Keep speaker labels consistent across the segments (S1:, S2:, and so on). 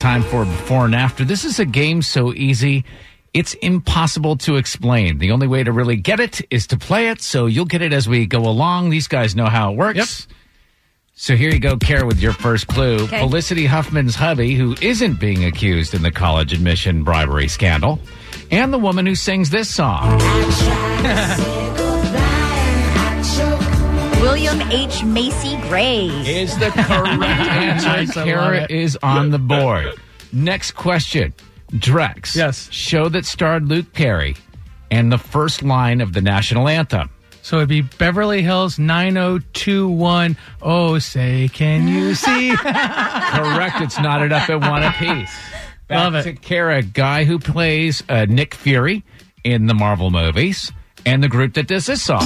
S1: time for before and after. This is a game so easy, it's impossible to explain. The only way to really get it is to play it, so you'll get it as we go along. These guys know how it works. So here you go, Kara, with your first clue.
S2: Okay.
S1: Felicity Huffman's hubby, who isn't being accused in the college admission bribery scandal, and the woman who sings this song.
S2: William H. Macy Gray.
S1: is the correct answer.
S3: I love
S1: Kara
S3: it.
S1: is on the board. Next question. Drex.
S3: Yes.
S1: Show that starred Luke Perry and the first line of the national anthem.
S3: So it'd be Beverly Hills 90210. Oh, say, can you see?
S1: Correct. It's knotted up at one apiece. Back
S3: Love it.
S1: to Kara, guy who plays uh, Nick Fury in the Marvel movies and the group that does this song.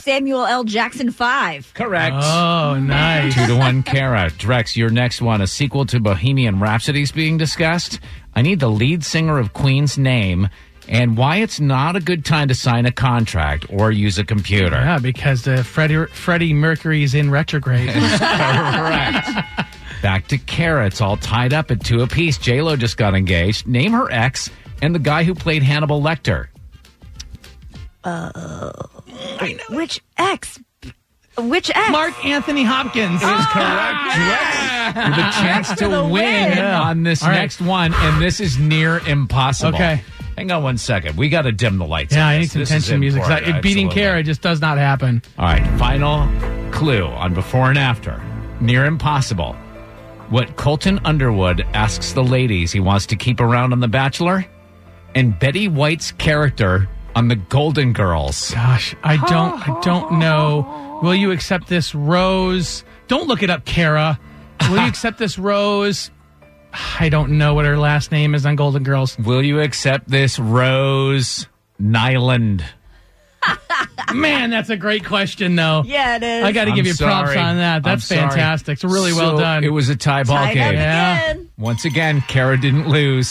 S2: Samuel L. Jackson 5.
S1: Correct.
S3: oh, nice.
S1: Two to one, Kara. Drex, your next one. A sequel to Bohemian Rhapsody is being discussed. I need the lead singer of Queen's name and why it's not a good time to sign a contract or use a computer.
S3: Yeah, because uh, Freddie, Freddie Mercury's in retrograde.
S1: Correct. Back to Kara. It's all tied up at two apiece. Lo just got engaged. Name her ex and the guy who played Hannibal Lecter.
S2: Which X? Which X? Ah,
S3: Mark Anthony Hopkins.
S1: With a chance to win,
S3: Yeah.
S1: on this
S3: All right.
S1: next one, and this is near impossible.
S3: Okay.
S1: Hang on one second. We got to dim the lights.
S3: Yeah,
S1: on
S3: I
S1: this.
S3: need some
S1: This is
S3: tension music. 'cause I-
S1: important.
S3: beating
S1: Absolutely.
S3: Kara just does not happen.
S1: All right, final clue on before and after. Near impossible. What Colton Underwood asks the ladies he wants to keep around on The Bachelor and Betty White's character on The Golden Girls.
S3: Gosh, I don't, I don't know. Will you accept this rose? Don't look it up, Kara. Will you accept this rose? I don't know what her last name is on Golden Girls.
S1: Will you accept this, Rose Nyland?
S3: Man, that's a great question, though.
S2: Yeah, it is.
S3: I got to
S1: I'm
S3: give you props
S1: sorry.
S3: on that.
S1: I'm
S3: That's
S1: sorry.
S3: fantastic. It's really well
S1: So
S3: done.
S1: It was a tie ball
S2: Tied up
S1: game.
S3: Yeah.
S2: again.
S1: Once again, Kara didn't lose.